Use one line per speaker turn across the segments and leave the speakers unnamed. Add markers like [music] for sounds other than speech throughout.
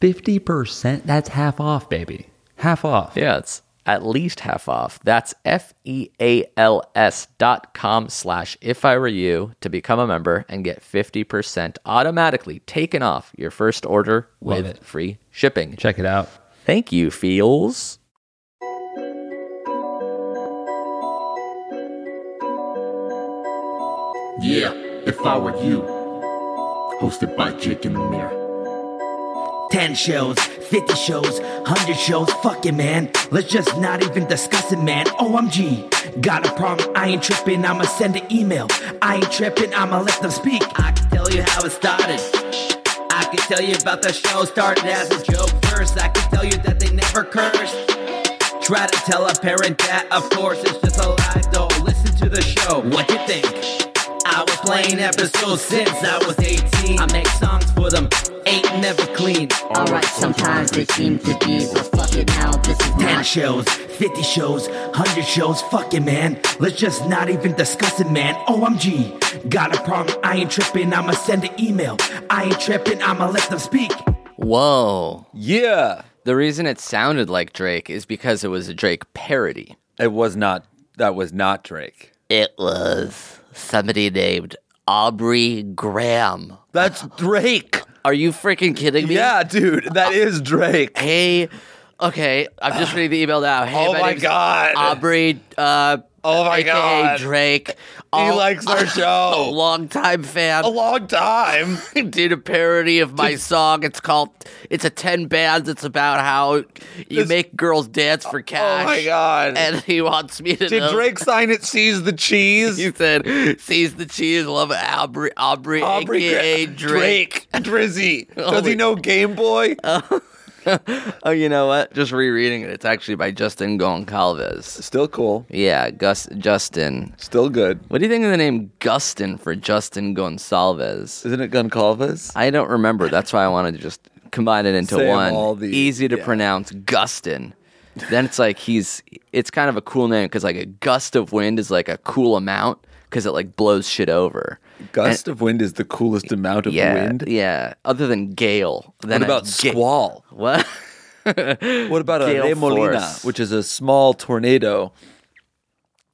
50%, that's half off, baby. Half off.
Yeah, it's at least half off. That's F E A L S dot com slash if I were you to become a member and get 50% automatically taken off your first order
Love
with
it.
free shipping.
Check it out.
Thank you, Feels.
Yeah, if I were you. Hosted by Jake and Amir.
10 shows, 50 shows, 100 shows, fuck it, man. Let's just not even discuss it, man. OMG, got a problem, I ain't tripping, I'ma send an email. I ain't tripping, I'ma let them speak. I can tell you how it started. I can tell you about the show, started as a joke first. I can tell you that they never cursed. Try to tell a parent that, of course, it's just a lie, though. Listen to the show. What you think? I was playing episodes since I was 18. I make songs for them, ain't never clean.
Alright, sometimes they seem to be, but fuck it now, this is
10
not
shows, 50 shows, 100 shows, fuck it, man. Let's just not even discuss it, man. OMG, got a problem, I ain't tripping, I'ma send an email. I ain't tripping, I'ma let them speak.
Whoa.
Yeah.
The reason it sounded like Drake is because it was a Drake parody.
It was not. That was not Drake.
It was somebody named Aubrey Graham.
That's Drake.
Are you freaking kidding me?
Yeah, dude, that is Drake.
Hey, okay, I'm just reading the email now. Hey,
Oh my
name's
God.
Aubrey. Uh,
Oh my
AKA
God.
Drake.
He
All-
likes
[laughs]
our
a
show.
longtime fan.
A long time.
[laughs] Did a parody of my song. It's called. It's a ten bands. It's about how you make girls dance for cash.
Oh my god.
And he wants me to
Did
know.
Drake sign it? Sees the cheese.
[laughs] He said, "Sees the cheese, love Aubrey, Aubrey,
Aubrey
aka
Gra-
Drake.
Drizzy.
[laughs] Oh,
Does he
wait.
know Game Boy?
[laughs] Oh, you know what? Just rereading it. It's actually by Justin Goncalves.
Still cool.
Yeah, Gus Justin.
Still good.
What do you think of the name Gustin for Justin Gonsalves?
Isn't it Goncalves?
I don't remember. That's why I wanted to just combine it into
Say 'em
one.
all the-
Easy to
yeah.
pronounce, Gustin. Then it's like he's. It's kind of a cool name because like a gust of wind is like a cool amount because it like blows shit over.
Gust of wind is the coolest amount of
Yeah,
wind.
yeah. Other than gale. Then
What
a
about
ga-
squall?
What?
What about a
Gale
remolina,
force.
which is a small tornado?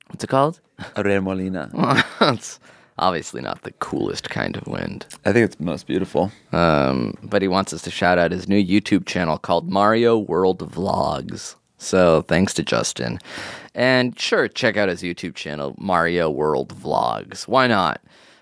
What's it called?
A remolina.
[laughs] it's obviously not the coolest kind of wind.
I think it's the most beautiful.
Um, but he wants us to shout out his new YouTube channel called Mario World Vlogs. So thanks to Justin. And sure, check out his YouTube channel, Mario World Vlogs. Why not?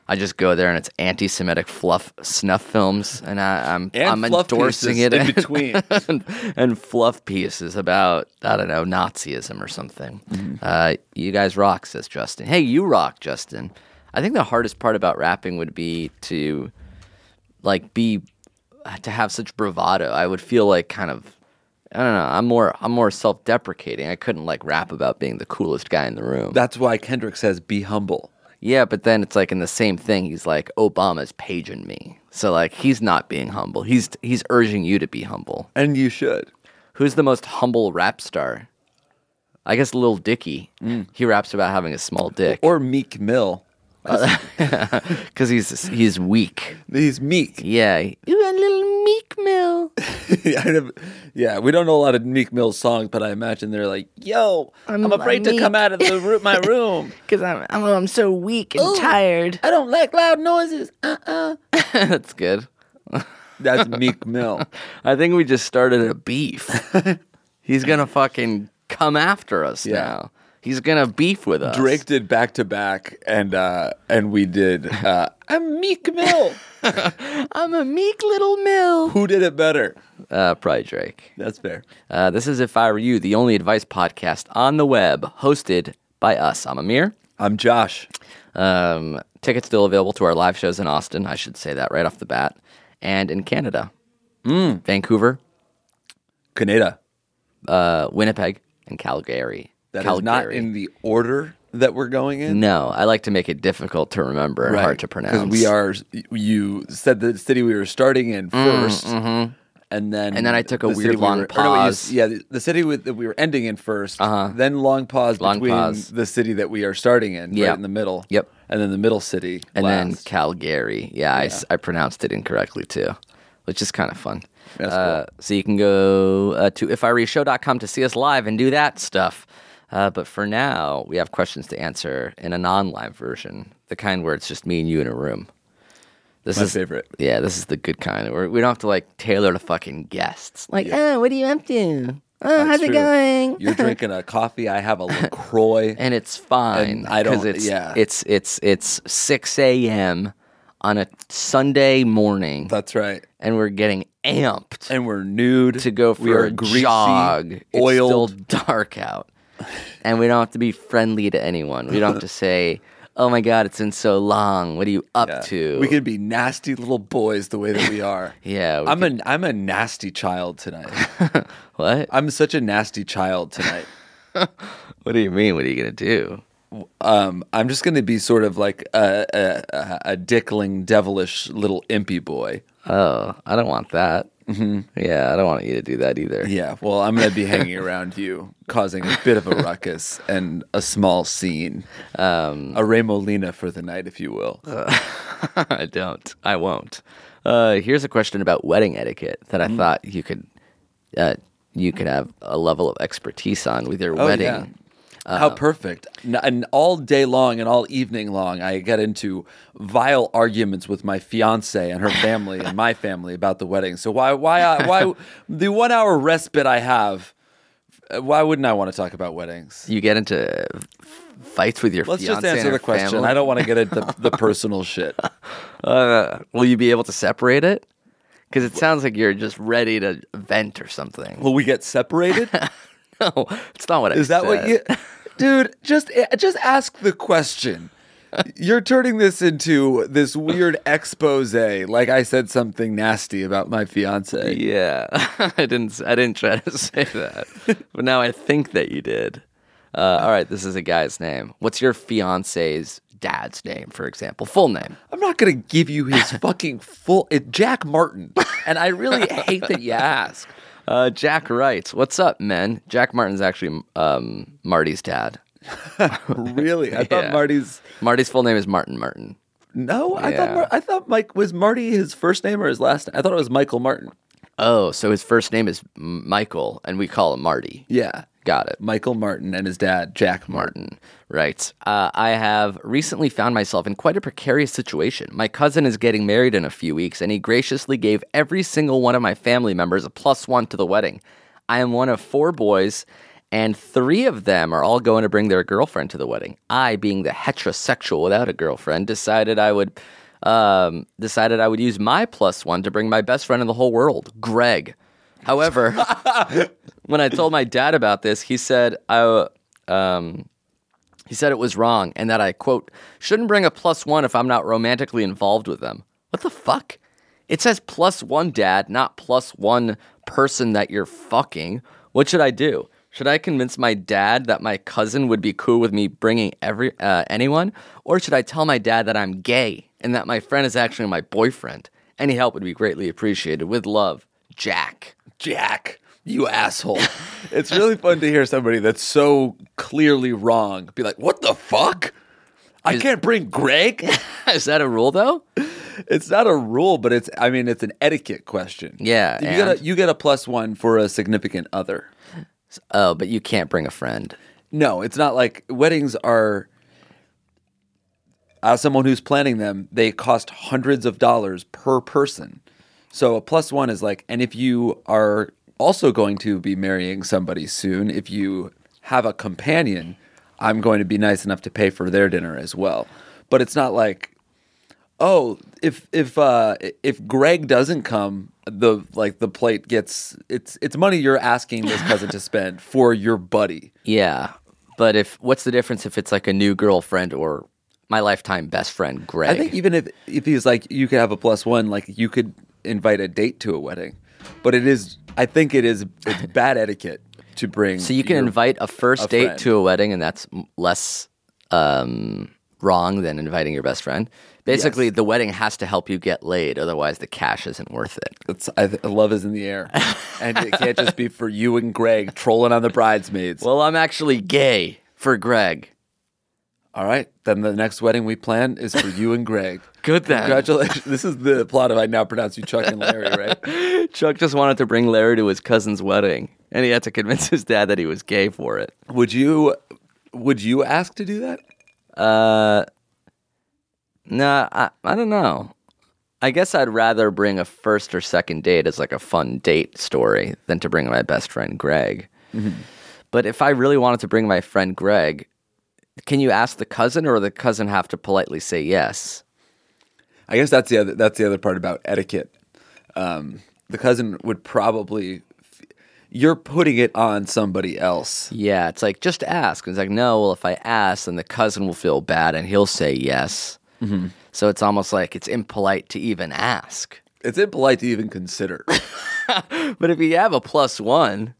I just go there and it's anti-Semitic fluff snuff films, and I, I'm
And
I'm
fluff
endorsing
pieces
it
in between.
[laughs] and, and fluff pieces about I don't know Nazism or something.
Mm-hmm.
Uh, you guys rock, says Justin. Hey, you rock, Justin. I think the hardest part about rapping would be to like be to have such bravado. I would feel like kind of I don't know. I'm more I'm more self-deprecating. I couldn't like rap about being the coolest guy in the room.
That's why Kendrick says, "Be humble."
yeah, but then it's like in the same thing. He's like Obama's paging me. So like he's not being humble. He's he's urging you to be humble.
And you should.
Who's the most humble rap star? I guess Lil Dicky. He raps about having a small dick
Mm. Or
[laughs]
Meek Mill.
because he's he's weak.
He's meek.
Yeah, you a little meek mill.
[laughs] I have- yeah, we don't know a lot of Meek Mill's songs, but I imagine they're like, "Yo, I'm,
I'm-
afraid
I'm
to come
meek."
out of the roo- my room.
because I'm, I'm I'm so weak and tired.
I don't like loud noises." [laughs] Uh-uh.
[laughs] That's good.
That's Meek Mill.
I think we just started
[laughs]
a beef. He's gonna fucking come after us
Yeah.
now. He's gonna beef with us.
Drake did back to back, and uh, and we did. Uh, I'm Meek Mill.
[laughs] I'm a meek little mill.
Who did it better?
Uh, probably Drake.
That's fair.
Uh, this is If I Were You, the only advice podcast on the web, hosted by us. I'm Amir.
I'm Josh.
Um, tickets still available to our live shows in Austin. I should say that right off the bat, and in Canada,
Hmm.
Vancouver,
Kaneda.
uh, Winnipeg, and Calgary.
That is
Calgary.
not in the order that we're going in.
No, I like to make it difficult to remember and hard to pronounce. Mm,
Because we are, you said the city we were starting in 1st and then
mm-hmm. And then I took a
the
weird
city we
long
were- or no, you-
pause. Uh-huh.
yeah, the, the city with, that we were ending in 1st then long pause
Long
between
pause.
the city that we are starting in,
Yeah.
right in the middle.
Yep.
and then the middle city,
and then
last.
Calgary. Yeah, I s I I, pronounced it incorrectly too, which is kind of fun.
That's
uh, So you can go uh, to ifireshow.com to see us live and do that stuff. Uh, but for now, we have questions to answer in a non-live version, the kind where it's just me and you in a room. This
My
is
favorite.
Yeah, this is the good kind. Where we don't have to like tailor to fucking guests. Like, oh, what are you up to? Oh, how's it
true.
going?
You're drinking a coffee. I
[laughs]
have a Lacroix.
and it's fine.
And I don't-
'cause It's,
yeah.
It's it's it's six a.m. on a Sunday morning,
That's right.
and we're getting amped
And we're nude
to go for
we are
a
greasy,
jog.
oiled.
It's still dark out, and we don't have to be friendly to anyone. We don't
[laughs]
have to say, "Oh my God, it's been so long. What are you up
Yeah.
to?"
We can be nasty little boys the way that we are.
[laughs] Yeah, we
I'm a I'm a nasty child tonight.
what?
I'm such a nasty child tonight.
What do you mean? What are you gonna do?
Um, I'm just going to be sort of like a, a, a, a dickling, devilish little impy boy.
Oh, I don't want that. Mm-hmm. Yeah, I don't want you to do that either.
Yeah, well, I'm going to be hanging around you, causing a bit of a ruckus and a small scene. Um, a Remolina for the night, if you will.
I don't. I won't. Uh, here's a question about wedding etiquette that I thought you could uh, you could have a level of expertise on with your
Oh,
wedding.
yeah.
Um,
How perfect. N- And all day long and all evening long, I get into vile arguments with my fiance and her family and my family about the wedding. So why, why,
[laughs]
I, why the one hour respite I have, uh, why wouldn't I want to talk about weddings?
You get into fights with your
Let's
fiance
just answer
and her
the question.
family.
I don't want to
[laughs]
get into the personal shit.
Will you be able to separate it? Because it sounds like you're just ready to vent or something.
Will we
[laughs]
get separated?
no, it's not what I
Is that what
said.
you, dude? Just eh, just ask the question. You're turning this into this weird expose. Like I said something nasty about my fiance.
Yeah, [laughs] I didn't. s- I didn't try to [laughs] say that, but now I think that you did. Uh, all right, this is a guy's name. What's your fiance's dad's name, for example? Full [laughs] name.
I'm not gonna give
[laughs]
you his fucking full. It, Jack Martin, and I really hate that you ask.
Uh, Jack writes, "What's up, men?" Jack Martin's actually um, Marty's dad.
Really, I thought
Yeah.
Marty's
Marty's full name is Martin Martin.
no. I thought
Yeah.
Mar- I thought Mike was Marty his first name or his last. name? I thought it was Michael Martin.
Oh, so his first name is M- Michael, and we call him Marty.
Yeah,
Got it.
Michael Martin and his dad Jack Martin.
Martin writes, uh, I have recently found myself in quite a precarious situation. My cousin is getting married in a few weeks, and he graciously gave every single one of my family members a plus one to the wedding. I am one of four boys, and three of them are all going to bring their girlfriend to the wedding. I, being the heterosexual without a girlfriend, decided I would. Um, decided I would use my plus one to bring my best friend in the whole world, Greg. However, [laughs] when I told my dad about this, he said I um, he said it was wrong and that I quote shouldn't bring a plus one if I'm not romantically involved with them. What the fuck? It says plus one dad, not plus one person that you're fucking. What should I do? Should I convince my dad that my cousin would be cool with me bringing every uh, anyone, or should I tell my dad that I'm gay and that my friend is actually my boyfriend? Any help would be greatly appreciated. With love, Jack. [laughs]
Jack, you asshole. it's really fun to hear somebody that's so clearly wrong be like, what the fuck? I can't bring Greg?
Is that a rule though?
[laughs] it's not a rule, but it's I mean it's an etiquette question.
Yeah,
you get a,
and?
you get a plus one for a significant other.
Oh, but you can't bring a friend.
No, it's not like weddings are. As someone who's planning them, they cost hundreds of dollars per person. So a plus one is like, and if you are also going to be marrying somebody soon, if you have a companion, I'm going to be nice enough to pay for their dinner as well. But it's not like oh if if uh if greg doesn't come the like the plate gets it's it's money you're asking this cousin to spend for your buddy
Yeah, but if what's the difference if it's like a new girlfriend or my lifetime best friend, Greg?
i think even if if he's like you could have a plus one like you could invite a date to a wedding but it is i think it is it's
[laughs]
bad etiquette to bring
so. You can
your-
invite a first
a
date
friend.
to a wedding, and that's m- less um, wrong than inviting your best friend. Basically, the wedding has to help you get laid, otherwise the cash isn't worth it.
it's, I, th- love is in the air and it can't just be for you and
[laughs]
greg trolling on the bridesmaids
Well, I'm actually gay for Greg.
all right then the next wedding we plan is for you
[laughs]
and greg
Good then.
Congratulations. This is the plot of I Now Pronounce You Chuck and Larry,
[laughs]
right?
Chuck just wanted to bring Larry to his cousin's wedding, and he had to convince his dad that he was gay for it.
Would you would you ask to do that?
No, I, I don't know. I guess I'd rather bring a first or second date as like a fun date story than to bring my best friend Greg. But if I really wanted to bring my friend Greg, can you ask the cousin or the cousin have to politely say yes?
I guess that's the other that's the other part about etiquette. Um, the cousin would probably you're putting it on somebody else.
Yeah, it's like just ask. It's like no. Well, if I ask, then the cousin will feel bad and he'll say yes. So it's almost like it's impolite to even ask.
It's impolite to even consider.
But if you have a plus one,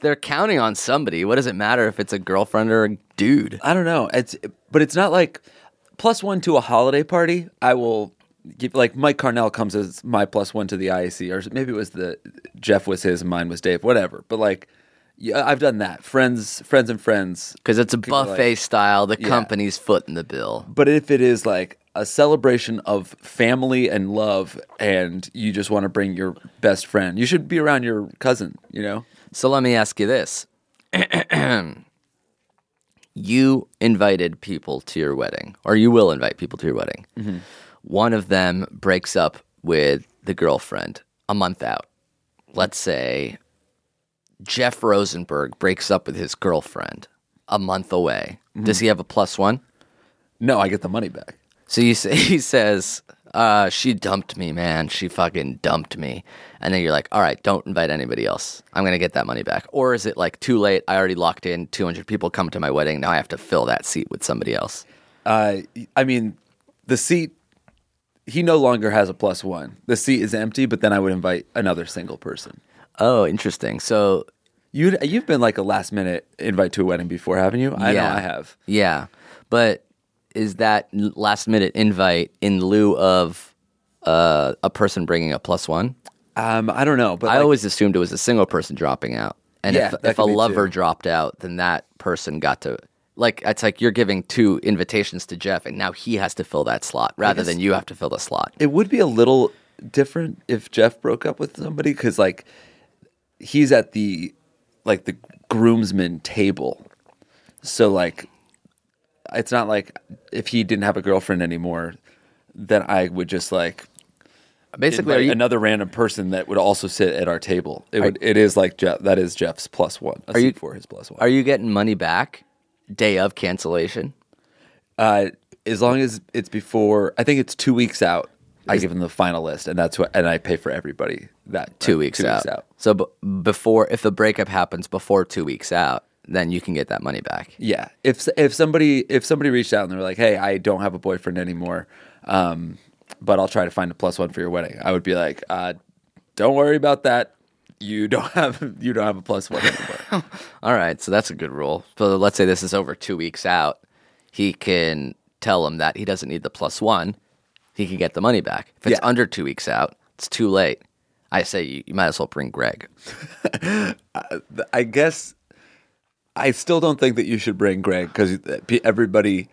they're counting on somebody. What does it matter if it's a girlfriend or a dude?
I don't know. It's but it's not like plus one to a holiday party. I will give like Mike Carnell comes as my plus one to the IAC, or maybe it was the Jeff was his, and mine was Dave, whatever. But like, yeah, I've done that. Friends, friends, and friends.
Because it's a
People like-
buffet style, the
Yeah.
company's footing the bill.
But if it is like a celebration of family and love, and you just want to bring your best friend, you should be around your cousin. You know,
So let me ask you this. [clears throat] you invited people to your wedding, or you will invite people to your wedding.
Mm-hmm.
One of them breaks up with the girlfriend a month out. Let's say Jeff Rosenberg breaks up with his girlfriend a month away.
Mm-hmm.
Does he have a plus one?
no, I get the money back.
So you say, [laughs] he says, uh, she dumped me, man. She fucking dumped me. And then you're like, all right, don't invite anybody else. I'm going to get that money back. Or is it like too late? I already locked in 200 people come to my wedding. Now I have to fill that seat with somebody else.
Uh, I mean, the seat. He no longer has a plus one. The seat is empty, but then I would invite another single person.
Oh, interesting. So,
You you've been like a last minute invite to a wedding before, haven't you? I
yeah.
know I have.
Yeah. But is that l- last minute invite in lieu of uh, a person bringing a plus one?
Um, I don't know, but
I
like,
always assumed it was a single person dropping out. And
Yeah,
if,
that
if a
could be
lover
too.
dropped out, then that person got to like it's like you're giving two invitations to Jeff and now he has to fill that slot rather than you have to fill the slot.
it would be a little different if Jeff broke up with somebody because like he's at the like the groomsman table, so like it's not like if he didn't have a girlfriend anymore, then I would just like
Basically, are
invite
you,
another random person that would also sit at our table. It would. it is like Jeff. That is Jeff's plus one. A
you-
seat for his plus one?
are you getting money back day of cancellation?
Uh, as long as it's before, I think it's two weeks out. I give them the final list, and that's what, and I pay for everybody that
Two
uh,
weeks out. So b- before if the breakup happens before 2 weeks out, then you can get that money back.
Yeah, if if somebody if somebody reached out and they're like, "Hey, I don't have a boyfriend anymore, um, but I'll try to find a plus one for your wedding," I would be like, uh, "Don't worry about that. You don't [laughs] have you don't have a plus one anymore."
All right, so that's a good rule. So let's say this is over two weeks out. He can tell him that he doesn't need the plus one. He can get the money back. If it's
Yeah.
under two weeks out, it's too late. I say you, you might as well bring Greg.
I guess I still don't think that you should bring Greg because everybody,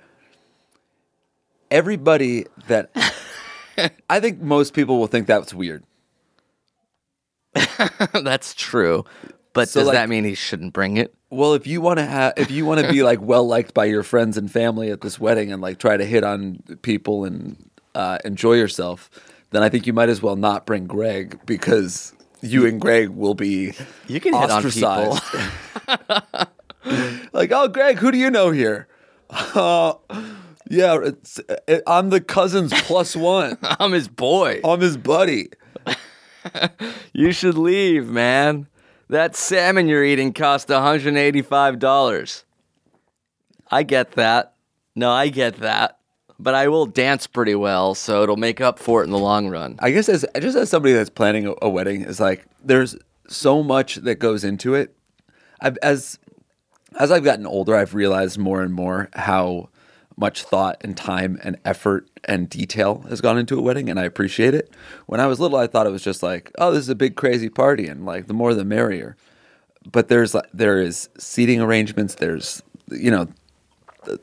everybody that I think most people will think that's weird.
That's true. But
So,
does
like-
that mean he shouldn't bring it?
Well, if you want to have, if you want to
[laughs]
be like well liked by your friends and family at this wedding, and like try to hit on people and uh, enjoy yourself, then I think you might as well not bring Greg because you and Greg will be
You can hit on
ostracized.
[laughs]
like, oh, Greg, who do you know here? [laughs] Uh, yeah, it's it, I'm the cousin's plus one.
[laughs] I'm his boy.
I'm his buddy.
You should leave, man. That salmon you're eating cost $185. I get that. No, I get that. But I will dance pretty well, so it'll make up for it in the long run.
I guess as just as somebody that's planning a, a wedding is like there's so much that goes into it. I've as as I've gotten older, I've realized more and more how much thought and time and effort and detail has gone into a wedding, and I appreciate it. When I was little, I thought it was just like, oh, this is a big crazy party, and like the more the merrier. But there's like there is seating arrangements. There's you know,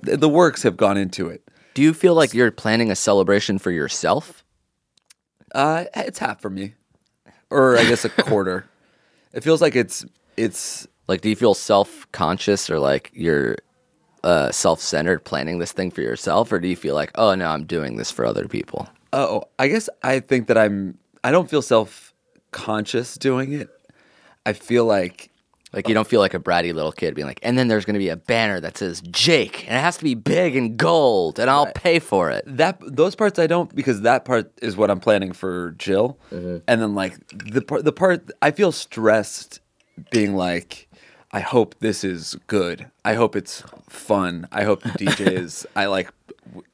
the, the works have gone into it.
Do you feel like you're planning a celebration for yourself?
Uh, it's half for me, or I guess a quarter. it feels like it's it's
Like, do you feel self conscious or like you're uh, self centered planning this thing for yourself? Or do you feel like, oh, no, I'm doing this for other people?
oh, I guess I think that I'm I don't feel self conscious doing it. I feel like
Like you don't feel like a bratty little kid being like, and then there's going to be a banner that says Jake, and it has to be big and gold, and I'll pay for it.
that those parts I don't because that part is what I'm planning for Jill,
Mm-hmm.
and then like the part the part I feel stressed being like. I hope this is good. I hope it's fun. I hope the DJ
[laughs]
is. I like. w-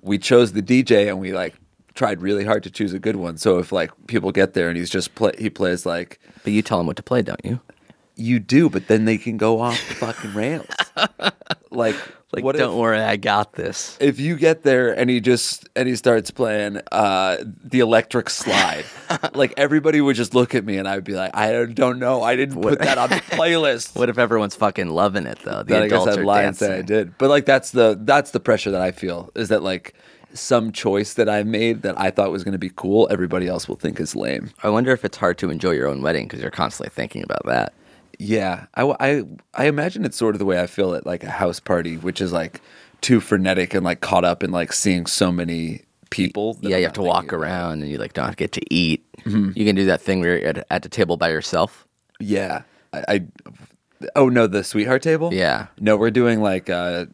We chose the DJ and we like tried really hard to choose a good one. So if like people get there and he's just play, he plays like
But you tell him what to play, don't you?
you do, but then they can go off the
[laughs]
fucking rails. like
Like,
what
don't
if,
worry, I got this.
if you get there and he just and he starts playing uh the electric
[laughs]
slide like everybody would just look at me and i would be like i don't know i didn't put that
[laughs]
on the playlist
What if everyone's fucking loving it though? The
then i guess
adults
i'd
are
lie and
dancing.
say i did but like that's the that's the pressure that i feel is that like some choice that i made that i thought was going to be cool everybody else will think is lame
I wonder if it's hard to enjoy your own wedding because you're constantly thinking about that.
Yeah, I, w- I- I imagine it's sort of the way I feel at like a house party, which is like too frenetic and like caught up in like seeing so many people. that
yeah,
I'm
you have to
not
walk
thinking about.
around and you like don't get to eat.
Mm-hmm.
You can do that thing where you're at, at the table by yourself.
Yeah, I, I oh no, the sweetheart table.
Yeah.
no, we're doing like uh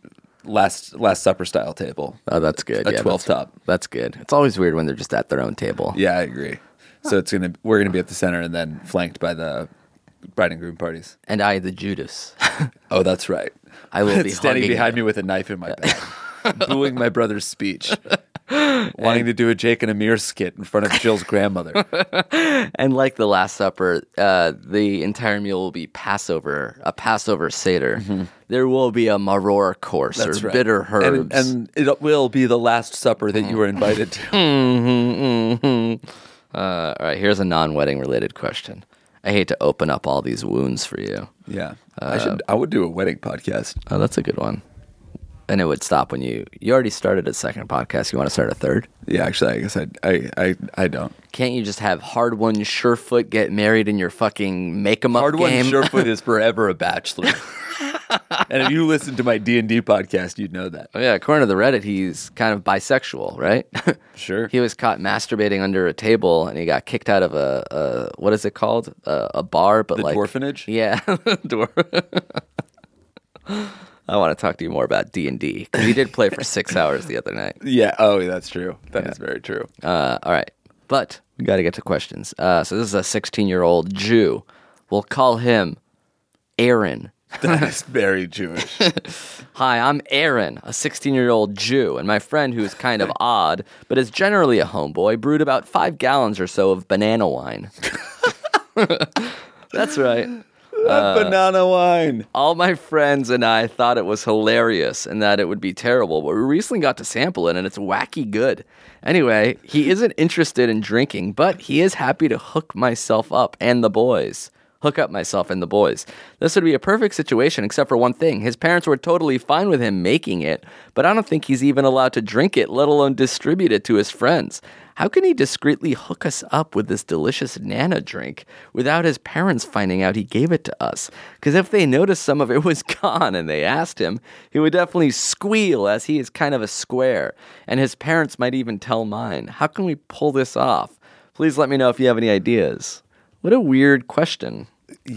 last Last Supper style table,
Oh, that's good.
a
yeah,
twelve
that's,
top.
That's good. It's always weird when they're just at their own table.
Yeah, I agree. So it's gonna we're gonna be at the center and then flanked by the bride and groom parties.
And I, the Judas. [laughs]
Oh, that's right.
I will
[laughs]
be
standing
hugging
behind
you.
me with a knife in my
[laughs]
back, booing my brother's speech, wanting to do a Jake and Amir skit in front of
[laughs]
Jill's grandmother.
And like the Last Supper, uh, the entire meal will be Passover, a Passover Seder. There will be a maror course
Mm-hmm. That's
or
right.
bitter
And-
herbs. Mm.
and, it will be the last supper that you were
[laughs]
invited to.
uh, all right, here's a non-wedding related question. I hate to open up all these wounds for you.
yeah,
Uh,
I should. I would do a wedding podcast.
Oh, that's a good one. And it would stop when you you already started a second podcast. You want to start a third?
Yeah, actually, I guess I I I, I don't.
Can't you just have hard one Surefoot get married in your fucking make 'em up
Hard
game?
one Surefoot is forever a bachelor. [laughs] and if you listen to my D and D podcast, you'd know that.
[laughs] Oh, yeah, according to the Reddit, he's kind of bisexual, right? [laughs]
Sure.
he was caught masturbating under a table, and he got kicked out of a, a what is it called? A, a bar, but
The
like
dwarfenage?
Yeah, [laughs] dwarf. I want to talk to you more about D and D because he did play for
[laughs]
six hours the other night.
Yeah. Oh, that's true. That is very true.
Uh, all right, but we got to get to questions. Uh, so this is a 16-year-old Jew. We'll call him Aaron.
[laughs] That is very Jewish.
Hi, I'm Aaron, a 16 year old Jew, and my friend, who is kind of odd, but is generally a homeboy, brewed about five gallons or so of banana wine. [laughs] That's right.
banana wine.
All my friends and I thought it was hilarious and that it would be terrible, but we recently got to sample it and it's wacky good. Anyway, he isn't interested in drinking, but he is happy to hook myself up and the boys. hook up myself and the boys. This would be a perfect situation, except for one thing. His parents were totally fine with him making it, but I don't think he's even allowed to drink it, let alone distribute it to his friends. How can he discreetly hook us up with this delicious Nana drink without his parents finding out he gave it to us? Because if they noticed some of it was [laughs] gone and they asked him, he would definitely squeal as he is kind of a square. And his parents might even tell mine. How can we pull this off? Please let me know if you have any ideas. What a weird question.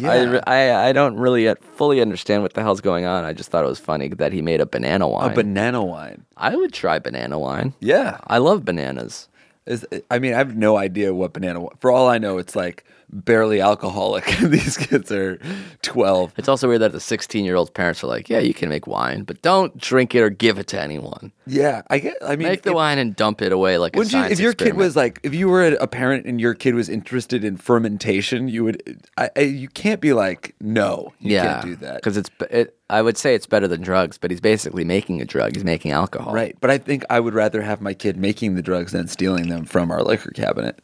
I, re- I, I don't really yet fully understand what the hell's going on. I just thought it was funny that he made a banana wine.
A banana wine.
I would try banana wine.
Yeah.
I love bananas.
Is, I mean, I have no idea what banana. wa- For all I know, it's like barely alcoholic. [laughs] These kids are twelve.
It's also weird that the 16 year old parents are like, yeah, you can make wine, but don't drink it or give it to anyone.
Yeah, I get. I mean,
Make the
if-
wine and dump it away like a
Wouldn't you,
science
if your kid
experiment.
was like, if you were a parent and your kid was interested in fermentation, you would, I, I, you can't be like, no, you
yeah,
can't do that.
because it's. It, I would say it's better than drugs, but he's basically making a drug. He's making alcohol.
Right. But I think I would rather have my kid making the drugs than stealing them from our liquor cabinet.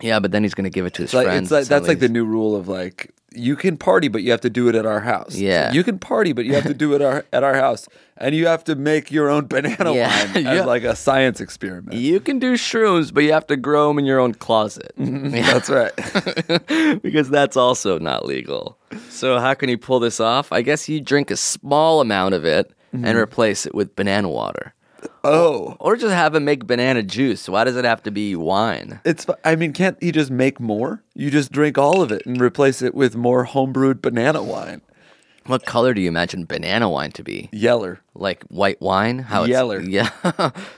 Yeah, but then he's going to give it to his
It's like,
friends.
it's like
so
that's like the
he's-
new rule of like, you can party, but you have to do it at our house.
Yeah.
You can party, but you have to do it our, at our house. And you have to make your own banana
[laughs] Yeah.
wine
Yeah.
as like a science experiment.
You can do shrooms, but you have to grow them in your own closet. Mm-hmm.
[laughs]
Yeah.
That's
[laughs]
right.
because that's also not legal. So how can you pull this off? I guess you drink a small amount of it
Mm-hmm.
and replace it with banana water.
oh.
Or just have him make banana juice. Why does it have to be wine?
It's. fu- I mean, can't he just make more? You just drink all of it and replace it with more homebrewed banana wine.
What color do you imagine banana wine to be?
Yeller.
Like white wine? How it's- [laughs]
Yeller.
yeah.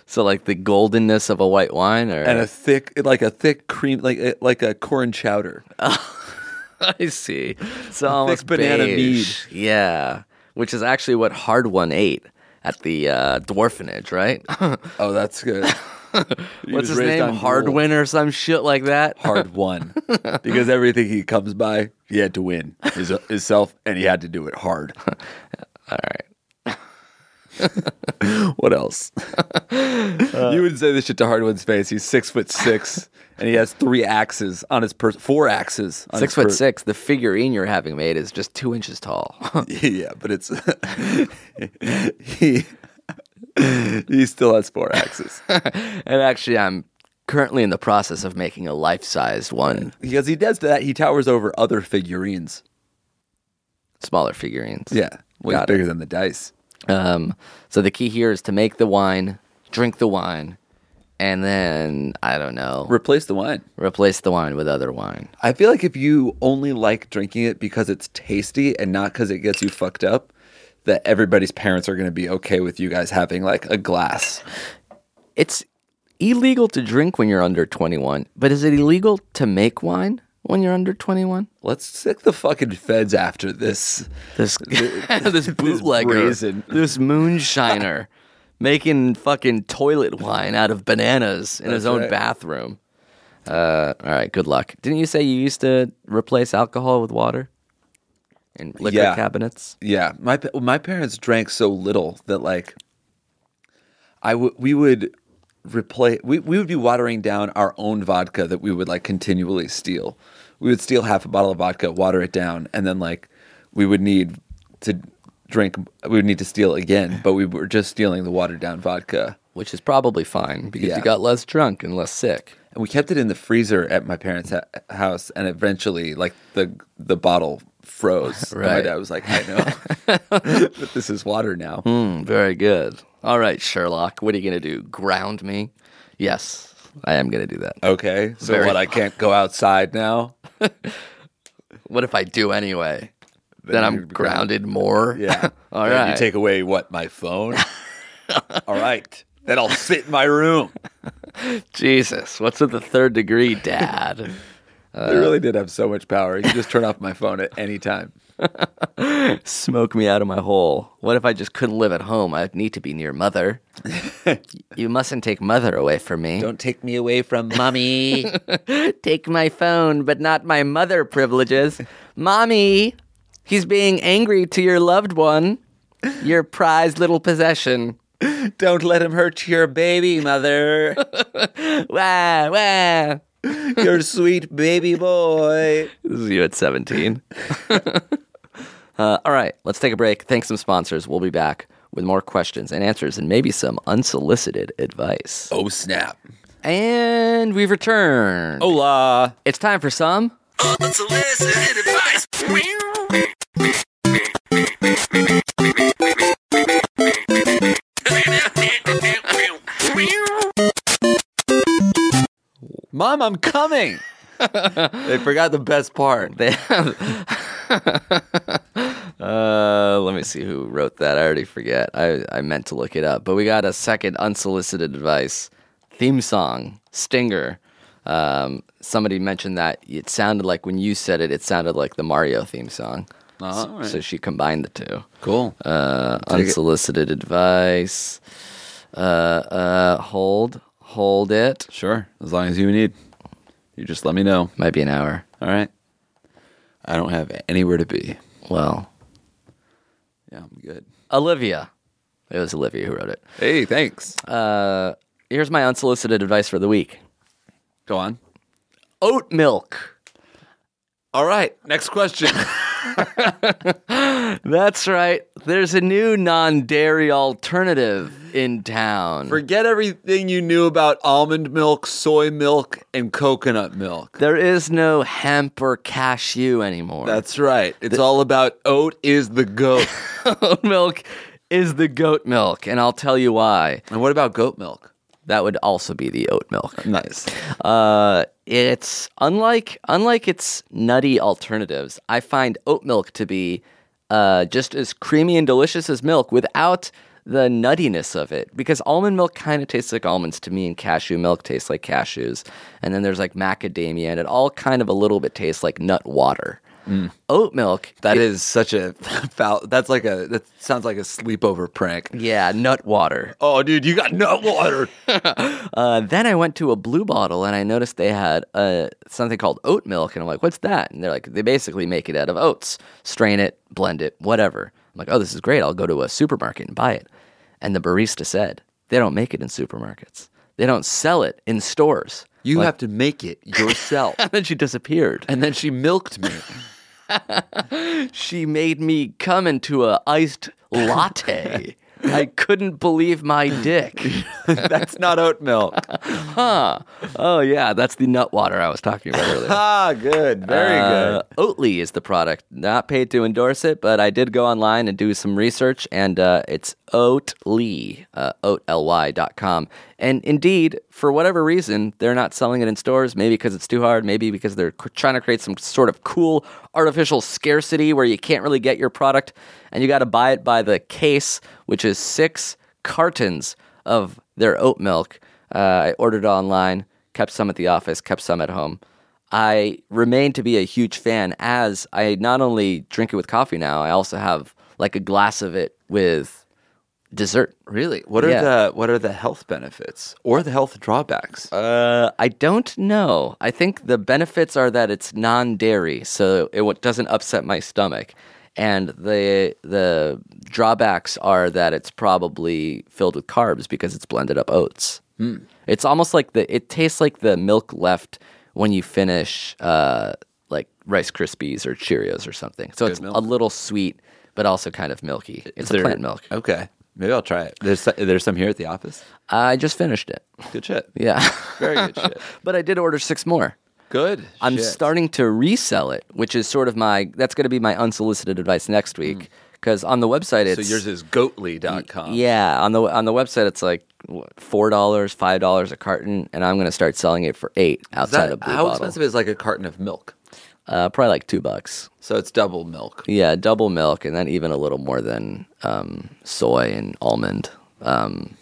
so like the goldenness of a white wine, or
And a thick, like a thick cream, like a- like a corn chowder.
[laughs] I see. So almost
banana
beige. Yeah, which is actually what Hard One ate at the uh, dwarfenage,
[laughs]
right?
Oh,
[laughs]
that's good. He was
What's his
raised
name?
on
Hardwin or some shit like that. [laughs]
gold. Hard won. because everything he comes by, he had to win
[laughs]
his, himself, and he had to do it hard. All right. [laughs]
[laughs]
what else? you would say this shit to Hardwin's face. He's six
[laughs]
foot six, and he has three axes on his person. Four axes. On
Six
his
foot
per-
six. The figurine you're having made is just two inches tall.
[laughs]
[laughs]
Yeah, but it's [laughs] he he still has four axes
and actually, I'm currently in the process of making a life sized one,
because he does that. He towers over other figurines.
smaller figurines.
Yeah, way
Got it.
bigger than the dice.
Um, so the key here is to make the wine, drink the wine, and then, I don't know,
Replace the wine.
replace the wine with other wine.
I feel like if you only like drinking it because it's tasty and not because it gets you fucked up, that everybody's parents are going to be okay with you guys having like a glass.
It's illegal to drink when you're under 21, but is it illegal to make wine when you're under 21?
Let's sick the fucking feds after this.
This
[laughs]
this bootlegger, this,
brazen.
moonshiner, [laughs] making fucking toilet wine out of bananas in his
That's
own
right.
bathroom. Uh, all right, good luck. Didn't you say you used to replace alcohol with water in liquor
Yeah.
cabinets?
Yeah, my pa- my parents drank so little that like I would we would replace we we would be watering down our own vodka that we would like continually steal. We would steal half a bottle of vodka, water it down, and then like we would need to drink we would need to steal again, but we were just stealing the watered down vodka.
Which is probably fine because
Yeah.
you got less drunk and less sick.
And we kept it in the freezer at my parents' ha- house and eventually like the the bottle froze. And my
Right.
dad was like, "I know. [laughs] but this is water now."
Mm, very good. All right, Sherlock, what are you gonna do? Ground me? Yes, I am gonna do that.
Okay. So
Very-
what? I can't go outside now.
What if I do anyway? Then, I'm
you'd be grounded.
grounded more.
[laughs] Yeah.
All
Then You
right.
take away what? My phone. [laughs] All right. Then I'll sit in my room.
Jesus, what's with the third degree, Dad?
they really did have so much power. You could just turn off my phone at any time.
Smoke me out of my hole. What if I just couldn't live at home? I'd need to be near mother. you mustn't take mother away from me.
Don't take me away from mommy.
take my phone, but not my mother privileges. Mommy, he's being angry to your loved one, your prized little possession.
Don't let him hurt your baby, mother.
[laughs] Wah, wah.
Your sweet baby boy.
This is you at 17. [laughs] uh, all right, let's take a break. Thank some sponsors. We'll be back with more questions and answers and maybe some unsolicited advice.
Oh snap. [laughs]
And we've returned.
Hola.
It's time for some.
Mom, I'm coming. they forgot the
[laughs]
best part.
They have. uh, let me see who wrote that. I already forget. I, I meant to look it up. But we got a second unsolicited advice theme song, Stinger. Um, somebody mentioned that it sounded like when you said it, it sounded like the Mario theme song. so, so she combined the two.
Cool.
Uh, unsolicited advice. Uh, uh, hold, hold it.
Sure. As long as you need. You just let me know.
Might be an hour.
All right. I don't have anywhere to be.
Well,
Yeah, I'm good.
Olivia. It was Olivia who wrote it.
Hey, thanks. Uh,
Here's my unsolicited advice for the week
Go on.
oat milk.
All right. Next [laughs] question.
That's right. There's a new non dairy alternative in town.
Forget everything you knew about almond milk, soy milk, and coconut milk.
there is no hemp or cashew anymore.
That's right. It's all about oat is the goat.
[laughs] oat milk is the goat milk, and I'll tell you why.
[laughs] and what about goat milk?
That would also be the oat milk.
Nice.
Uh, it's unlike unlike its nutty alternatives. I find oat milk to be uh, just as creamy and delicious as milk without the nuttiness of it. Because almond milk kind of tastes like almonds to me, and cashew milk tastes like cashews. And then there's like macadamia, and it all kind of a little bit tastes like nut water. Oat milk,
That is such a [laughs] foul. That's like a, that sounds like a sleepover prank.
yeah, nut water.
Oh, dude, you got nut water.
[laughs] Uh, then I went to a Blue Bottle and I noticed they had uh, something called oat milk, and I'm like, "What's that?" And they're like, "They basically make it out of oats, strain it, blend it, whatever." I'm like, "Oh, this is great! I'll go to a supermarket and buy it." And the barista said, "They don't make it in supermarkets. They don't sell it in stores."
You have to make it [laughs] yourself.
And then she disappeared.
and then she milked [laughs] me.
she made me come into a iced
[laughs]
latte. I couldn't believe my dick.
That's not oat milk.
oh yeah, that's the nut water I was talking about earlier.
Ah, good. Very
Uh, Oatly is the product. Not paid to endorse it, but I did go online and do some research, and uh, it's Oatly, uh, O-T-L-Y dot com. And indeed, for whatever reason, they're not selling it in stores. Maybe because it's too hard. Maybe because they're c- trying to create some sort of cool artificial scarcity where you can't really get your product, and you got to buy it by the case, which is six cartons of their oat milk. Uh, I ordered online, kept some at the office, kept some at home. I remain to be a huge fan as I not only drink it with coffee now, I also have like a glass of it with dessert.
Really? What are
Yeah.
the what are the health benefits or the health drawbacks?
Uh, I don't know. I think the benefits are that it's non-dairy, so it wa- doesn't upset my stomach. And the the drawbacks are that it's probably filled with carbs because it's blended up oats.
Hmm.
It's almost like the it tastes like the milk left when you finish uh, like Rice Krispies or Cheerios or something. So it's a little sweet, but also kind of milky. It's a plant milk.
Okay, maybe I'll try it. There's there's some here at the office.
I just finished it.
Good shit.
Yeah,
Very good
[laughs]
shit.
but I did order six more.
Good.
I'm
shit.
starting to resell it, which is sort of my that's going to be my unsolicited advice next week because on the website
Mm. So
it's
yours is goatly.com.
yeah on the on the website it's like what, four dollars five dollars a carton, and I'm going to start selling it for eight
Is that-
outside of Blue
how
Bottle.
expensive is like a carton of milk?
Uh, probably like two bucks.
So it's double milk.
Yeah, double milk, and then even a little more than um, soy and almond. Um,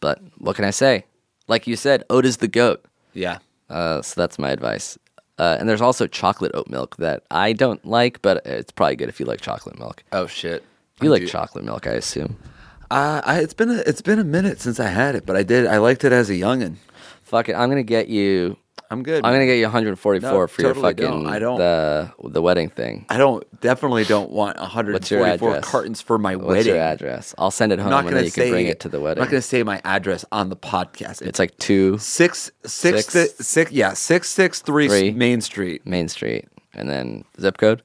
but what can I say? Like you said, oat is the goat.
Yeah.
Uh, so that's my advice. Uh, and there's also chocolate oat milk that I don't like, but it's probably good if you like chocolate milk.
Oh shit.
You like
Dude.
chocolate milk, I assume.
Uh, I, it's been a it's been a minute since I had it, but I did. I liked it as a youngin.
Fuck it, I'm gonna get you
I'm good.
I'm gonna get you 144
No,
for
totally
your fucking
don't. I don't-
the the wedding thing.
I don't definitely don't want
What's your
144
address?
cartons for my
What's
wedding.
your address? I'll send it
I'm
home
not
and
gonna
then you
say
can bring it to the wedding.
I'm not gonna say my address on the podcast.
it's like two
six six
Six.
six, six, six yeah six six three,
Three.
Main Street.
Main Street and then zip code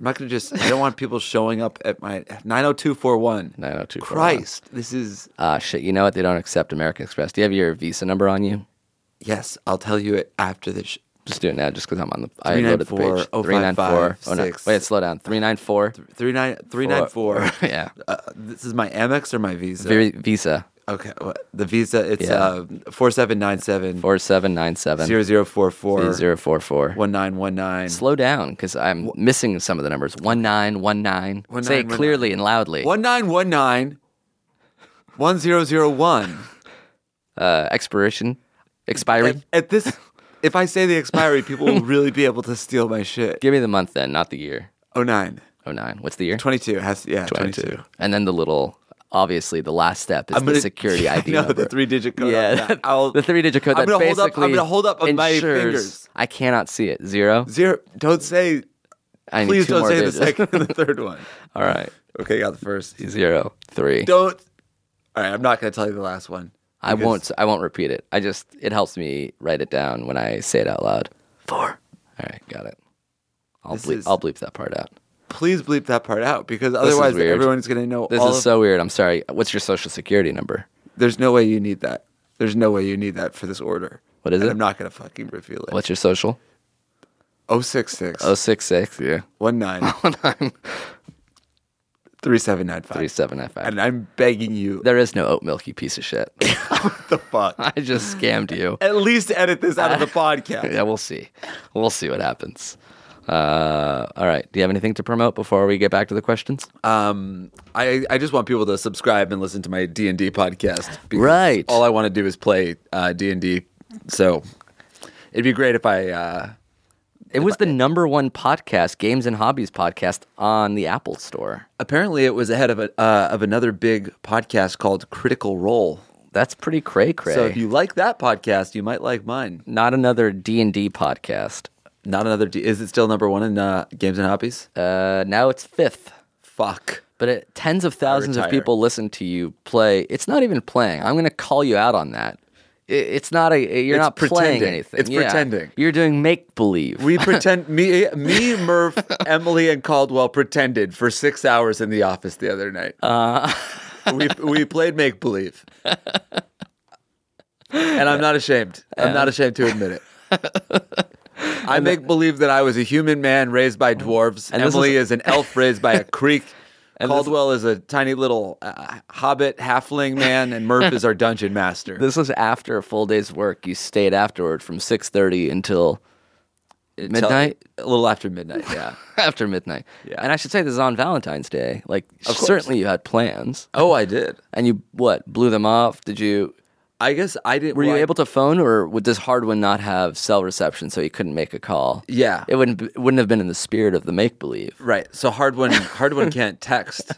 I'm not gonna just. I don't want people showing up at my 90241.
90241.
Christ, this is
Ah, shit. You know what? They don't accept American Express. Do you have your Visa number on you?
yes. I'll tell you it after this. Sh-
Just do it now, just because I'm on the. I loaded the page.
394,
394. Oh no.
056.
Wait, slow down. 394.
three nine three nine four.
[laughs] yeah.
Uh, this is my Amex or my Visa.
Very- Visa
okay, well, the Visa. It's
Yeah.
uh four seven nine seven
4797
zero zero four four
0044.
one nine one nine.
Slow down because I'm missing some of the numbers. 1919.
One
Say
nine,
it
one
clearly and loudly.
One nine one nine. One zero zero one.
Uh, expiration. Expiry.
At, at this, if I say the expiry, people will really be able to steal my shit.
Give me the month then, not the year.
Oh nine.
09. What's the year?
22 has yeah 22,
And then the little, obviously, the last step is
I'm
the
gonna-
security
[laughs] I
ID.
know, the
number.
three-digit code
Yeah,
on that. I'll-
the three-digit code.
I'm
that
gonna hold up- I'm
basically
gonna hold up on my
ensures-
fingers.
I cannot see it. Zero.
zero don't say
I need
please
two
don't
more
say
digits.
the second and the third one
All right.
okay got the first
Zero. Three.
don't all right i'm not gonna tell you the last one
I
because-
won't. I won't repeat it. I just it helps me write it down when I say it out loud. Four. All right, got it. I'll
This
bleep.
is-
I'll bleep that part out.
please bleep that part out because otherwise
weird.
everyone's gonna know
This
all
is
of-
so weird. I'm sorry. What's your social security number?
there's no way you need that there's no way you need that for this order
What is
And
it?
i'm not gonna fucking reveal it
What's your social?
066
Oh six six. [laughs] Yeah.
19 3795
Three seven nine five.
and i'm begging you
There is no oat milk, you piece of shit. [laughs]
the fuck
I just scammed you.
at least edit this out of the podcast
[laughs] Yeah, we'll see. We'll see what happens. Uh, all right. Do you have anything to promote before we get back to the questions?
um, I, I just want people to subscribe and listen to my D and D podcast. because
Right.
All I want to do is play uh, D and D. So it'd be great if I. Uh,
It was the number one podcast, games and hobbies podcast, on the Apple Store.
apparently, it was ahead of a, uh, of another big podcast called Critical Role.
That's pretty cray cray.
So if you like that podcast, you might like mine.
Not another D and D podcast.
Not another. D- is it still number one in uh, games and hobbies?
Uh, now it's fifth,
Fuck.
but it, tens of thousands of
retire.
people listen to you play. It's not even playing. I'm going to call you out on that. I- it's not a. You're
It's
not playing
pretending.
anything.
It's
Yeah.
pretending.
You're doing make believe. [laughs]
We pretend me, me, Murph, Emily, and Caldwell pretended for six hours in the office the other night. Uh. we we played make believe, and I'm not ashamed. I'm not ashamed to admit
[laughs]
it. I make believe that I was a human man raised by dwarves.
Mm. this
Emily
is-
is, an elf raised
[laughs]
by a creek.
this-
Caldwell is a tiny little uh, hobbit halfling man, and Murph is our dungeon master.
[laughs] This was after a full day's work. You stayed afterward from six thirty until
Until-
midnight.
[laughs] a little after midnight.
[laughs]
Yeah.
after midnight.
Yeah.
And I should say this is on Valentine's Day. Like
course.
certainly you had plans.
Oh, I did.
And you what? Blew them off? Did you
I guess I didn't.
Were
well,
you
I-
able to phone or would this hard one not have cell reception so you couldn't make a call?
Yeah.
It wouldn't be- it wouldn't have been in the spirit of the make believe.
Right. So hard one hard [laughs] one can't text.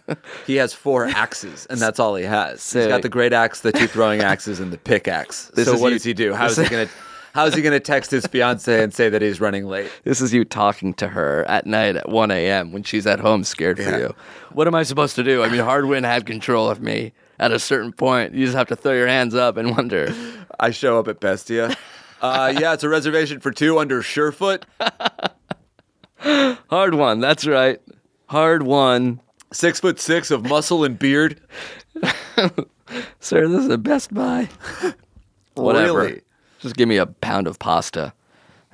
He has four axes and that's all he has.
So-
He's got the great axe, the two throwing axes, and the pickaxe.
This
So
is
what
you-
does he do? How is he gonna how is he gonna text his fiance and say that he's running late?
This is you talking to her at night at 1 a.m. when she's at home scared for you. What am I supposed to do? I mean, Hardwin had control of me at a certain point. You just have to throw your hands up and wonder.
I show up at Bestia. Uh, yeah, it's a reservation for two under Surefoot.
Hard one, that's right. Hard one.
Six foot six of muscle and beard.
Sir, this is a Best Buy. Whatever.
Really?
Just give me a pound of pasta.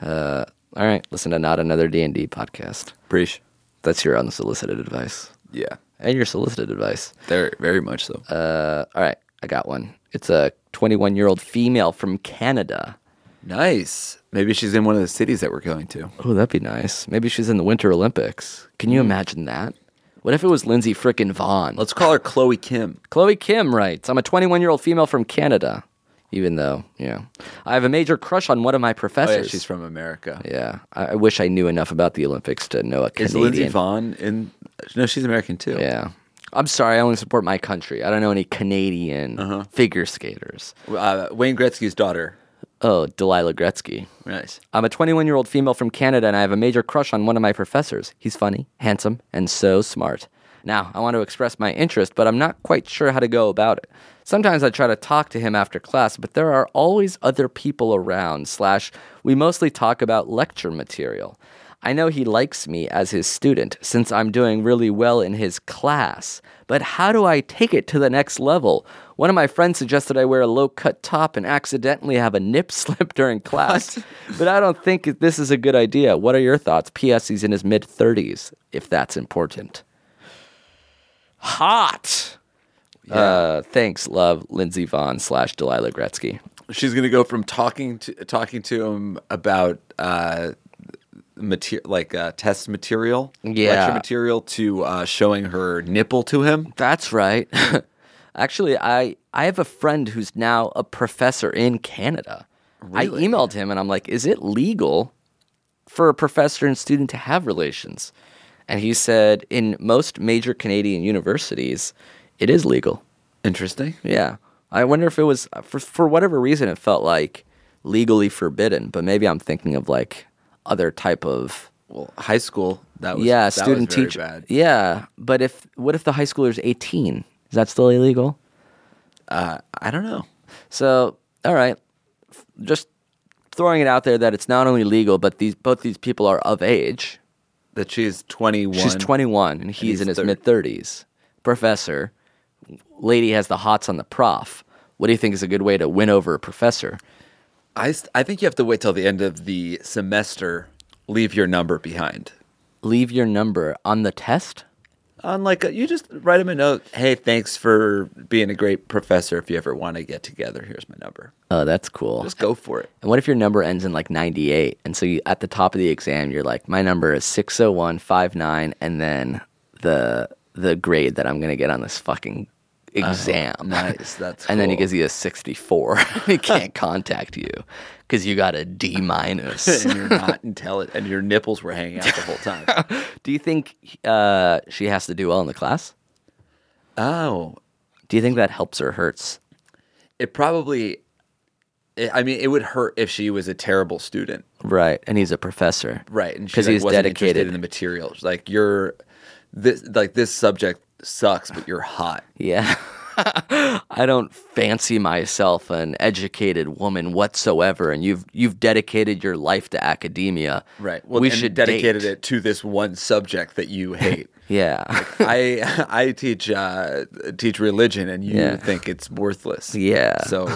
Uh, all right, listen to not another D and D podcast.
Preach.
That's your unsolicited advice
Yeah.
and your solicited advice.
Very very much so.
Uh, all right, I got one. It's a 21 year old female from Canada.
nice. Maybe she's in one of the cities that we're going to.
Oh, that'd be nice. Maybe she's in the Winter Olympics. Can you imagine that? What if it was Lindsay frickin' Vaughn?
Let's call her Chloe Kim.
Chloe Kim writes, I'm a 21 year old female from Canada, even though, you know, I have a major crush on one of my
Oh
professors.
yeah, she's from America.
Yeah, I, I wish I knew enough about the Olympics to know a
Is
Canadian.
Lindsay Vaughn in no, she's American too.
Yeah, I'm sorry, I only support my
Uh-huh.
country. I don't know any Canadian figure skaters.
uh, Wayne Gretzky's daughter.
Oh, Delilah Gretzky.
Nice.
I'm a 21 year old female from Canada, and I have a major crush on one of my professors. He's funny, handsome, and so smart. Now, I want to express my interest, but I'm not quite sure how to go about it. Sometimes I try to talk to him after class, but there are always other people around, slash, we mostly talk about lecture material. I know he likes me as his student since I'm doing really well in his class, but how do I take it to the next level? One of my friends suggested I wear a low cut top and accidentally have a nip [laughs] slip during class, but I don't think this is a good idea. What are your thoughts? P.S. He's in his mid 30s, if that's important. Hot! Uh, thanks, love, Lindsey Vaughn slash Delilah Gretzky.
She's gonna go from talking to talking to him about uh, material like uh, test material,
Yeah.
lecture material, to uh, showing her nipple to him.
That's right. [laughs] Actually, I I have a friend who's now a professor in Canada. I emailed him and I'm like, "Is it legal for a professor and student to have relations?" And he said, "In most major Canadian universities, it is legal."
Interesting.
Yeah. I wonder if it was for for whatever reason it felt like legally forbidden, but maybe I'm thinking of like other type of
Well, high school that was that
yeah,
was
student
very
teacher.
bad.
Yeah, but if what if the high schooler's 18? Is that still illegal?
I don't know.
So, all right, F- just throwing it out there that it's not only legal, but these both these people are of age.
That she's twenty one.
She's 21 and he's,
he's
in his
30.
mid 30s. Professor, lady has the hots on the prof. What do you think is a good way to win over a professor?
I s- I think you have to wait till the end of the semester. Leave your number behind.
Leave your number on the test.
on like a, you just write him a note. Hey, thanks for being a great professor. If you ever want to get together, here's my number.
Oh, that's cool.
Just go for it.
And what if your number ends in like 98? And so you, at the top of the exam, you're like, my number is 60159, and then the the grade that I'm going to get on this fucking exam.
Oh, nice. That's
[laughs] and then he
cool.
gives you a [laughs] 64. he can't contact you because you got a
[laughs]
D minus.
And you're [laughs] not intelligent, and your nipples were hanging out the whole time.
do you think uh, she has to do well in the class?
[laughs] oh,
Do you think that helps or hurts?
it probably. i I mean, it would hurt if she was a terrible student,
Right. And he's a professor.
right? And
'Cause
she like,
he's
wasn't interested
dedicated.
in the material. She's like you're this, like this subject sucks, but
[sighs]
you're hot.
Yeah. [laughs] I don't fancy myself an educated woman whatsoever, and you've you've dedicated your life to academia.
Right. Well,
we
and
should
dedicated
date.
it to this one subject
[laughs]
that you hate.
Yeah,
I I teach uh, teach religion, and you
Yeah.
think it's
[laughs]
worthless.
Yeah. [laughs]
So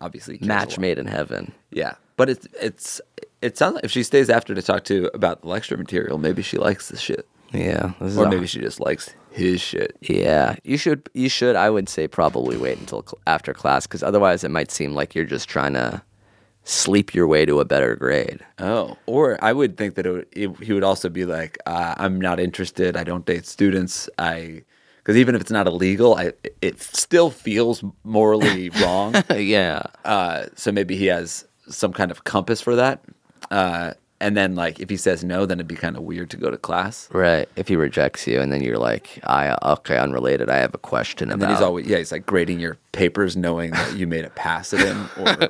obviously, it cares a
match
lot.
made in heaven.
Yeah, but it's it's it sounds like if she stays after to talk to about the lecture material, maybe she likes the shit,
Yeah, this is
or
a-
maybe she just likes his shit.
yeah. You should you should I would say probably wait until cl- after class because otherwise it might seem like you're just trying to sleep your way to a better grade.
Oh, or I would think that it would, it, he would also be like, uh, I'm not interested. I don't date students. I because even if it's not illegal, I it still feels morally wrong.
yeah,
Uh, so maybe he has some kind of compass for that. Uh, and then, like, if he says no, then it'd be kind of weird to go to class.
right. If he rejects you and then you're like, I okay, unrelated. I have a question
And
about.
then he's always, yeah, he's like grading your papers, knowing that you made a pass at him, or,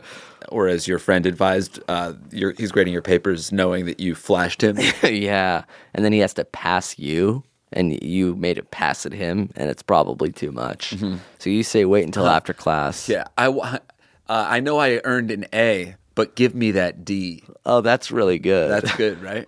or as your friend advised, uh, you're, he's grading your papers, knowing that you flashed him.
[laughs] yeah. And then he has to pass you, and you made a pass at him, and it's probably too much. So you say wait until after class.
Mm-hmm. Uh-huh. yeah, I, wa- uh, I know I earned an A, but give me that D.
Oh, that's really good.
That's good, right?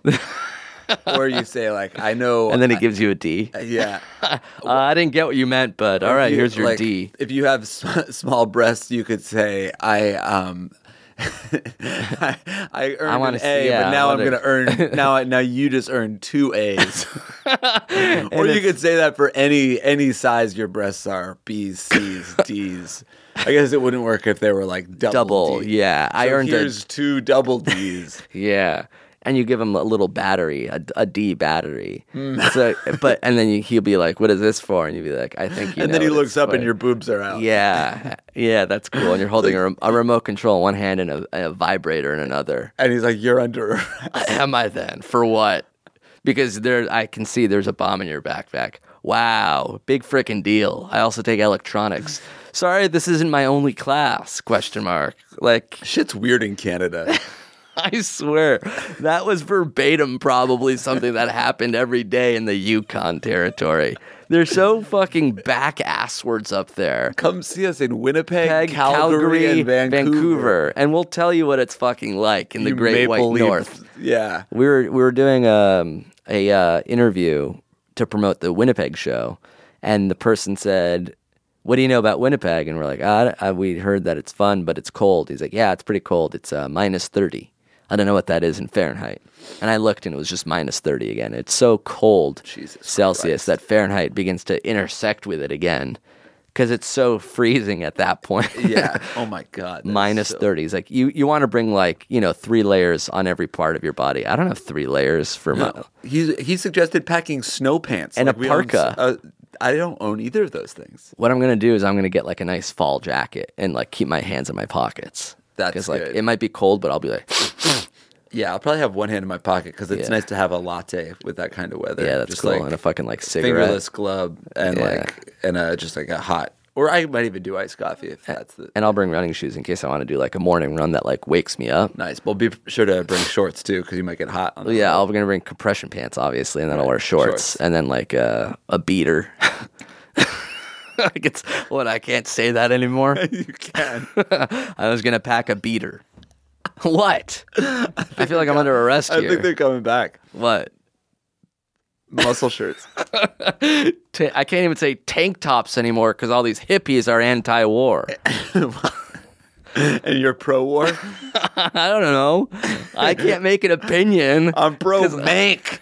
or you say like, I know,
[laughs] [laughs] and then he gives you a D.
I- yeah.
Uh, I didn't get what you meant, but [laughs] all right,
you-
here's your
like,
D.
If you have s- small breasts, you could say, "I um, [laughs] I, I earned
wanna
an
see-
A,
yeah, I
but now I'm
wanna-
going to earn
[laughs]
now. I- Now you just earned two A's." [laughs] or you could say that for any any size your breasts are: B's, C's, D's. I guess it wouldn't work if they were like double.
Double,
D.
Oh, yeah. I
So
earned a-
here's two
[laughs]
double D's.
Yeah. And you give him a little battery, a, a D battery.
Hmm. [laughs]
So, but and then you, he'll be like, "What is this for?" And you'll be like, "I think you."
and then
know
he
what
looks
it's
up and
for."
your boobs are out. [laughs]
Yeah, yeah, that's cool. And you're holding a, rem- a remote control in one hand and a, and a vibrator in another.
And he's like, "You're under [laughs] arrest."
Am I then? For what? Because there, I can see there's a bomb in your backpack. Wow, big frickin' deal. I also take electronics. Sorry, this isn't my only class? Question mark. Like, [laughs]
Shit's weird in [laughs] Canada.
I swear, that was verbatim probably something that happened every day in the Yukon territory. They're so fucking back asswards up there.
Come see us in Winnipeg,
Winnipeg,
Calgary, and Vancouver.
and we'll tell you what it's fucking like in the
You
Great
maple
White
leaf-
North.
Yeah.
We were we were doing um, a uh, interview to promote the Winnipeg show, and the person said, "What do you know about Winnipeg?" And we're like, ah, I- "We heard that it's fun, but it's cold." He's like, "Yeah, it's pretty cold. It's uh, minus thirty. I don't know what that is in Fahrenheit." And I looked, and it was just minus thirty again. It's so cold Celsius that Fahrenheit begins to intersect with it again. Because it's so freezing at that point.
Yeah. [laughs] Oh my God. that's
minus
so-
30s like you you want to bring like you know three layers on every part of your body i don't have three layers for my
He he suggested packing snow pants
And a
we own
parka.
s- uh, I don't own either of those things.
what i'm gonna do is i'm gonna get like a nice fall jacket and like keep my hands in my pockets
That's
like
good.
it might be cold but i'll be like
Yeah, I'll probably have one hand in my pocket because it's
Yeah.
nice to have a latte with that kind of weather.
yeah that's
just
cool
Like
and a fucking like cigarette
fingerless glove and
Yeah.
like and a, just like a hot. Or I might even do iced coffee
Eh.
if that's the
and i'll bring running shoes in case i want to do like a morning run that like wakes me up
nice. Well, be sure to bring shorts too because you might get hot. On the
yeah
road.
i'm gonna bring compression pants obviously and then i'll wear shorts,
shorts.
and then like uh, a beater [laughs] like it's what i can't say that anymore
[laughs] you can.
[laughs] I was gonna pack a beater. What? I feel like I'm under arrest
I
here.
think they're [laughs]
[laughs]
coming back.
what?
Muscle shirts.
Ta- I can't even say tank tops anymore because all these hippies are anti-war.
and you're pro war.
I don't
[laughs]
know. I can't make an opinion.
I'm pro
'Cause-
mank.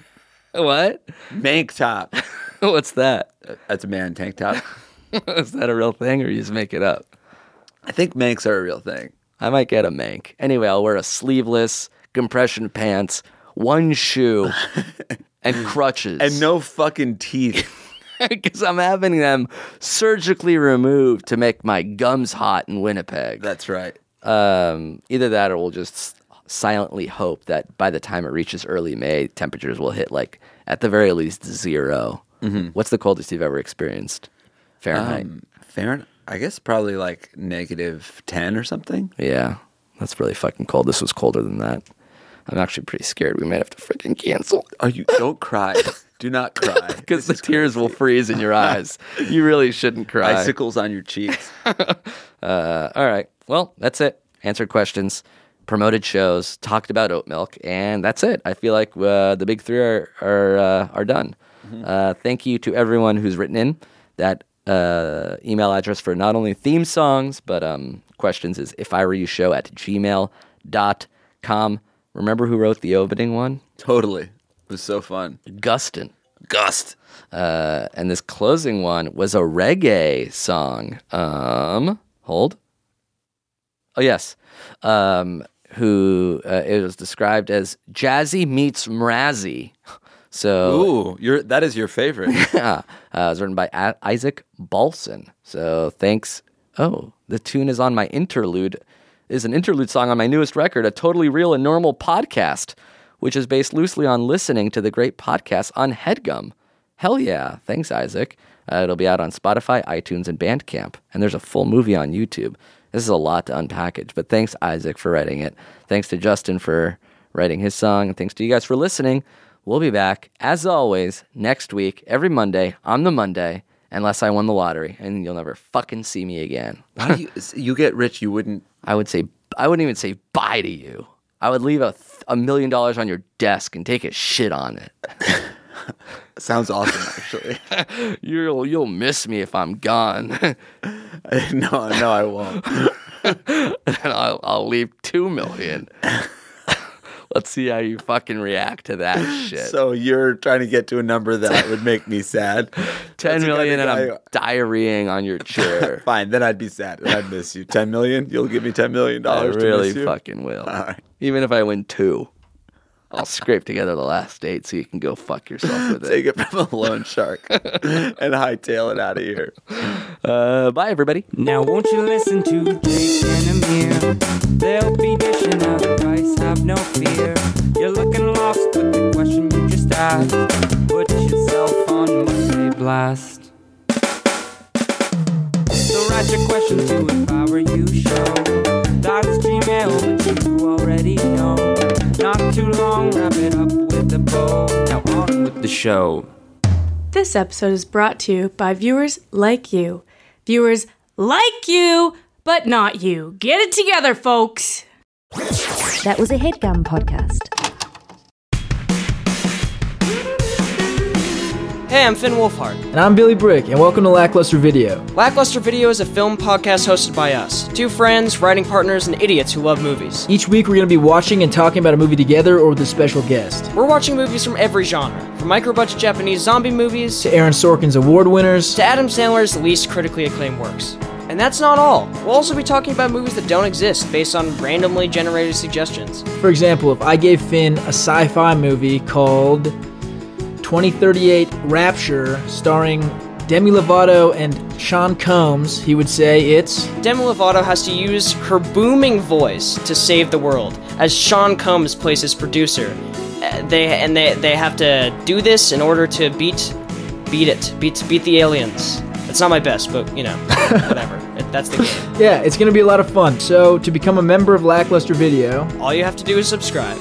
what?
Mank top.
What's that?
That's a man tank top.
Is that a real thing, or you just make it up?
I think manks are a real thing.
I might get a mank. Anyway, I'll wear a sleeveless, compression pants, one
[laughs]
shoe, and crutches.
And no
[laughs]
fucking teeth.
because I'm having them surgically removed to make my gums hot in Winnipeg.
That's right.
Um, either that, or we'll just silently hope that by the time it reaches early May, temperatures will hit like at the very least 0 What's the coldest you've ever experienced? Fahrenheit.
Mm-hmm. Um, Fahrenheit. I guess probably like negative ten or something.
yeah, that's really fucking cold. This was colder than that. I'm actually pretty scared. We might have to freaking cancel
Are you? Don't cry. Do not cry. [laughs]
because the tears will freeze in your eyes. You really shouldn't cry.
Icicles on your cheeks.
All right. Well, that's it. Answered questions, promoted shows, talked about oat milk, and that's it. I feel like uh, the big three are are, uh, are done. Uh, thank you to everyone who's written in. That uh, email address for not only theme songs but um, questions is if I were you show at gmail.com. Remember who wrote the opening one?
totally. It was so fun.
Gustin.
Gust.
Uh, and this closing one was a reggae song. Um, hold. Oh yes. Um, who uh, it was described as jazzy meets mrazzy. [laughs] So
[laughs] Ooh, you're that is your favorite.
yeah, [laughs] uh, it was written by A- Isaac Balson. So thanks. Oh, the tune is on my interlude. Is an interlude song on my newest record, a totally real and normal podcast, which is based loosely on listening to the great podcast on Headgum. Hell yeah! Thanks, Isaac. Uh, it'll be out on Spotify, iTunes, and Bandcamp, and there's a full movie on YouTube. This is a lot to unpackage, but thanks, Isaac, for writing it. Thanks to Justin for writing his song. And thanks to you guys for listening. We'll be back, as always, next week, every Monday, on the Monday, unless I won the lottery, and you'll never fucking see me again.
Why do you, you get rich, you wouldn't.
I would say, I wouldn't even say bye to you. I would leave a, th- a million dollars on your desk and take a shit on it.
Sounds awesome, actually.
[laughs]
[laughs]
You'll, you'll miss me if I'm gone. [laughs] and
no, no, I [laughs] won't.
I'll, I'll leave two million. [laughs] Let's see how you fucking react to that
[laughs]
shit.
So you're trying to get to a number that would make me [laughs] sad.
Ten
That's the
million,
kind of
and
guy-
I'm diarrheaing on
[laughs]
your chair.
Fine, then I'd be sad and I'd miss you. Ten million? You'll give me ten million
I
dollars.
really
to miss you?
fucking will.
right.
Even if I win two, I'll scrape together the last eight so you can go fuck yourself with
Take
it.
it from a loan shark and hightail it out of here.
[laughs] Uh, bye, everybody.
Now won't you listen to Jake and Amir? They'll be dishing out advice, have no fear. You're looking lost with the question you just asked. Put yourself on Monday blue.
blast. So write your question to if I were you show. That's Gmail, but you already know. Not too long, wrap it up with a bow. Now on with the show.
This episode is brought to you by viewers like you. Viewers like you, but not you. Get it together, folks.
That was a headgum podcast.
Hey, I'm Finn Wolfhard.
And I'm Billy Brick, and welcome to Lackluster Video.
Lackluster Video is a film podcast hosted by us two friends, writing partners, and idiots who love movies.
Each week, we're going to be watching and talking about a movie together or with a special guest.
We're watching movies from every genre from micro budget Japanese zombie movies
To Aaron Sorkin's award winners,
to Adam Sandler's least critically acclaimed works. And that's not all. We'll also be talking about movies that don't exist based on randomly generated suggestions.
for example, if I gave Finn a sci fi movie called 2038 Rapture, starring Demi Lovato and Sean Combs, he would say it's.
Demi Lovato has to use her booming voice to save the world as Sean Combs plays his producer. Uh, They and they they have to do this in order to beat beat it beat beat the aliens. It's not my best, but
[laughs]
you know, whatever. It, that's the game.
Yeah, it's going to be a lot of fun. So, to become a member of Lackluster Video,
All you have to do is subscribe.